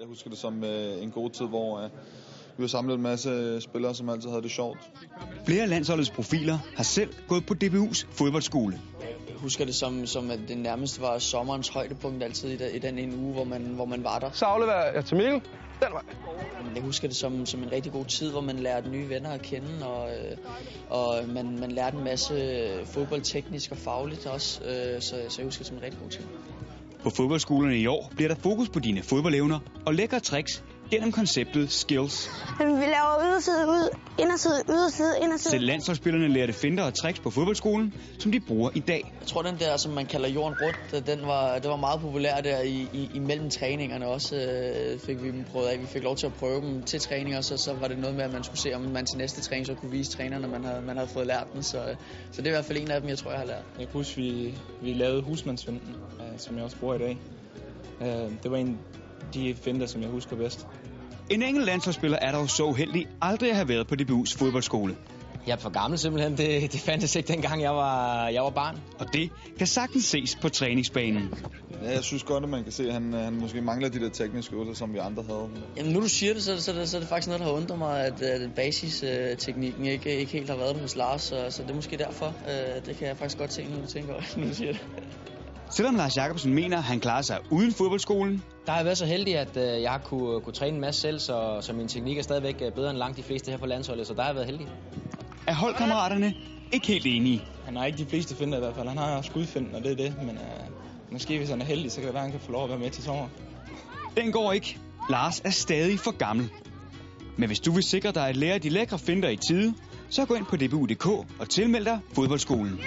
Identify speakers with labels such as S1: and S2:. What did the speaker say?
S1: Jeg husker det som øh, en god tid, hvor øh, vi var samlet en masse øh, spillere, som altid havde det sjovt.
S2: Flere af landsholdets profiler har selv gået på DBU's fodboldskole.
S3: Jeg husker det som, som at det nærmest var sommerens højdepunkt altid i, den- i den ene uge, hvor man, hvor man var der.
S4: Så afleverer jeg til Mikkel. Den vej.
S3: Men Jeg husker det som, som en rigtig god tid, hvor man lærte nye venner at kende, og, øh, og man, man lærte en masse fodboldteknisk og fagligt også, øh, så, så jeg husker det som en rigtig god tid.
S2: På fodboldskolerne i år bliver der fokus på dine fodboldevner og lækre tricks gennem konceptet Skills.
S5: Vi laver yderside ud, inderside, yderside, inderside.
S2: Selv landsholdsspillerne lærte finder og tricks på fodboldskolen, som de bruger i dag.
S3: Jeg tror, den der, som man kalder jorden rundt, øh, den var, den var meget populær der i, i, imellem træningerne også. Øh, fik vi dem prøvet af. Vi fik lov til at prøve dem til træning, og så, så var det noget med, at man skulle se, om man til næste træning så kunne vise træneren, at man havde, man havde fået lært den. Så, øh, så det er i hvert fald en af dem, jeg tror, jeg har lært.
S6: Jeg kan huske, vi, vi lavede husmandsfinden, øh, som jeg også bruger i dag. Øh, det var en af de finder, som jeg husker bedst.
S2: En enkelt landsholdsspiller er dog så uheldig aldrig at have været på DBU's fodboldskole.
S7: Jeg er for gammel simpelthen. Det, det fandtes ikke dengang, jeg var, jeg var barn.
S2: Og det kan sagtens ses på træningsbanen.
S1: Ja, jeg synes godt, at man kan se, at han, øh, han måske mangler de der tekniske øvelser, som vi andre havde.
S3: Jamen, nu du siger det, så, er det- så, er det- så er det faktisk noget, der har undret mig, at, at basisteknikken ikke, ikke helt har været der hos Lars. Så, så det er måske derfor. Øh, det kan jeg faktisk godt se, når du tænker over det, nu du siger det.
S2: Selvom Lars Jacobsen mener, at han klarer sig uden fodboldskolen,
S7: Der har jeg været så heldig, at øh, jeg har kunne, kunne træne en masse selv, så, så min teknik er stadigvæk øh, bedre end langt de fleste her på landsholdet, så der har jeg været heldig.
S2: er holdkammeraterne ikke helt enige.
S6: Han har ikke de fleste finder i hvert fald. Han har skudfinden, og det er det. Men øh, måske hvis han er heldig, så kan det være, at han kan få lov at være med til sommer.
S2: Den går ikke. Lars er stadig for gammel. Men hvis du vil sikre dig at lære de lækre finder i tide, så gå ind på dbu.dk og tilmeld dig fodboldskolen.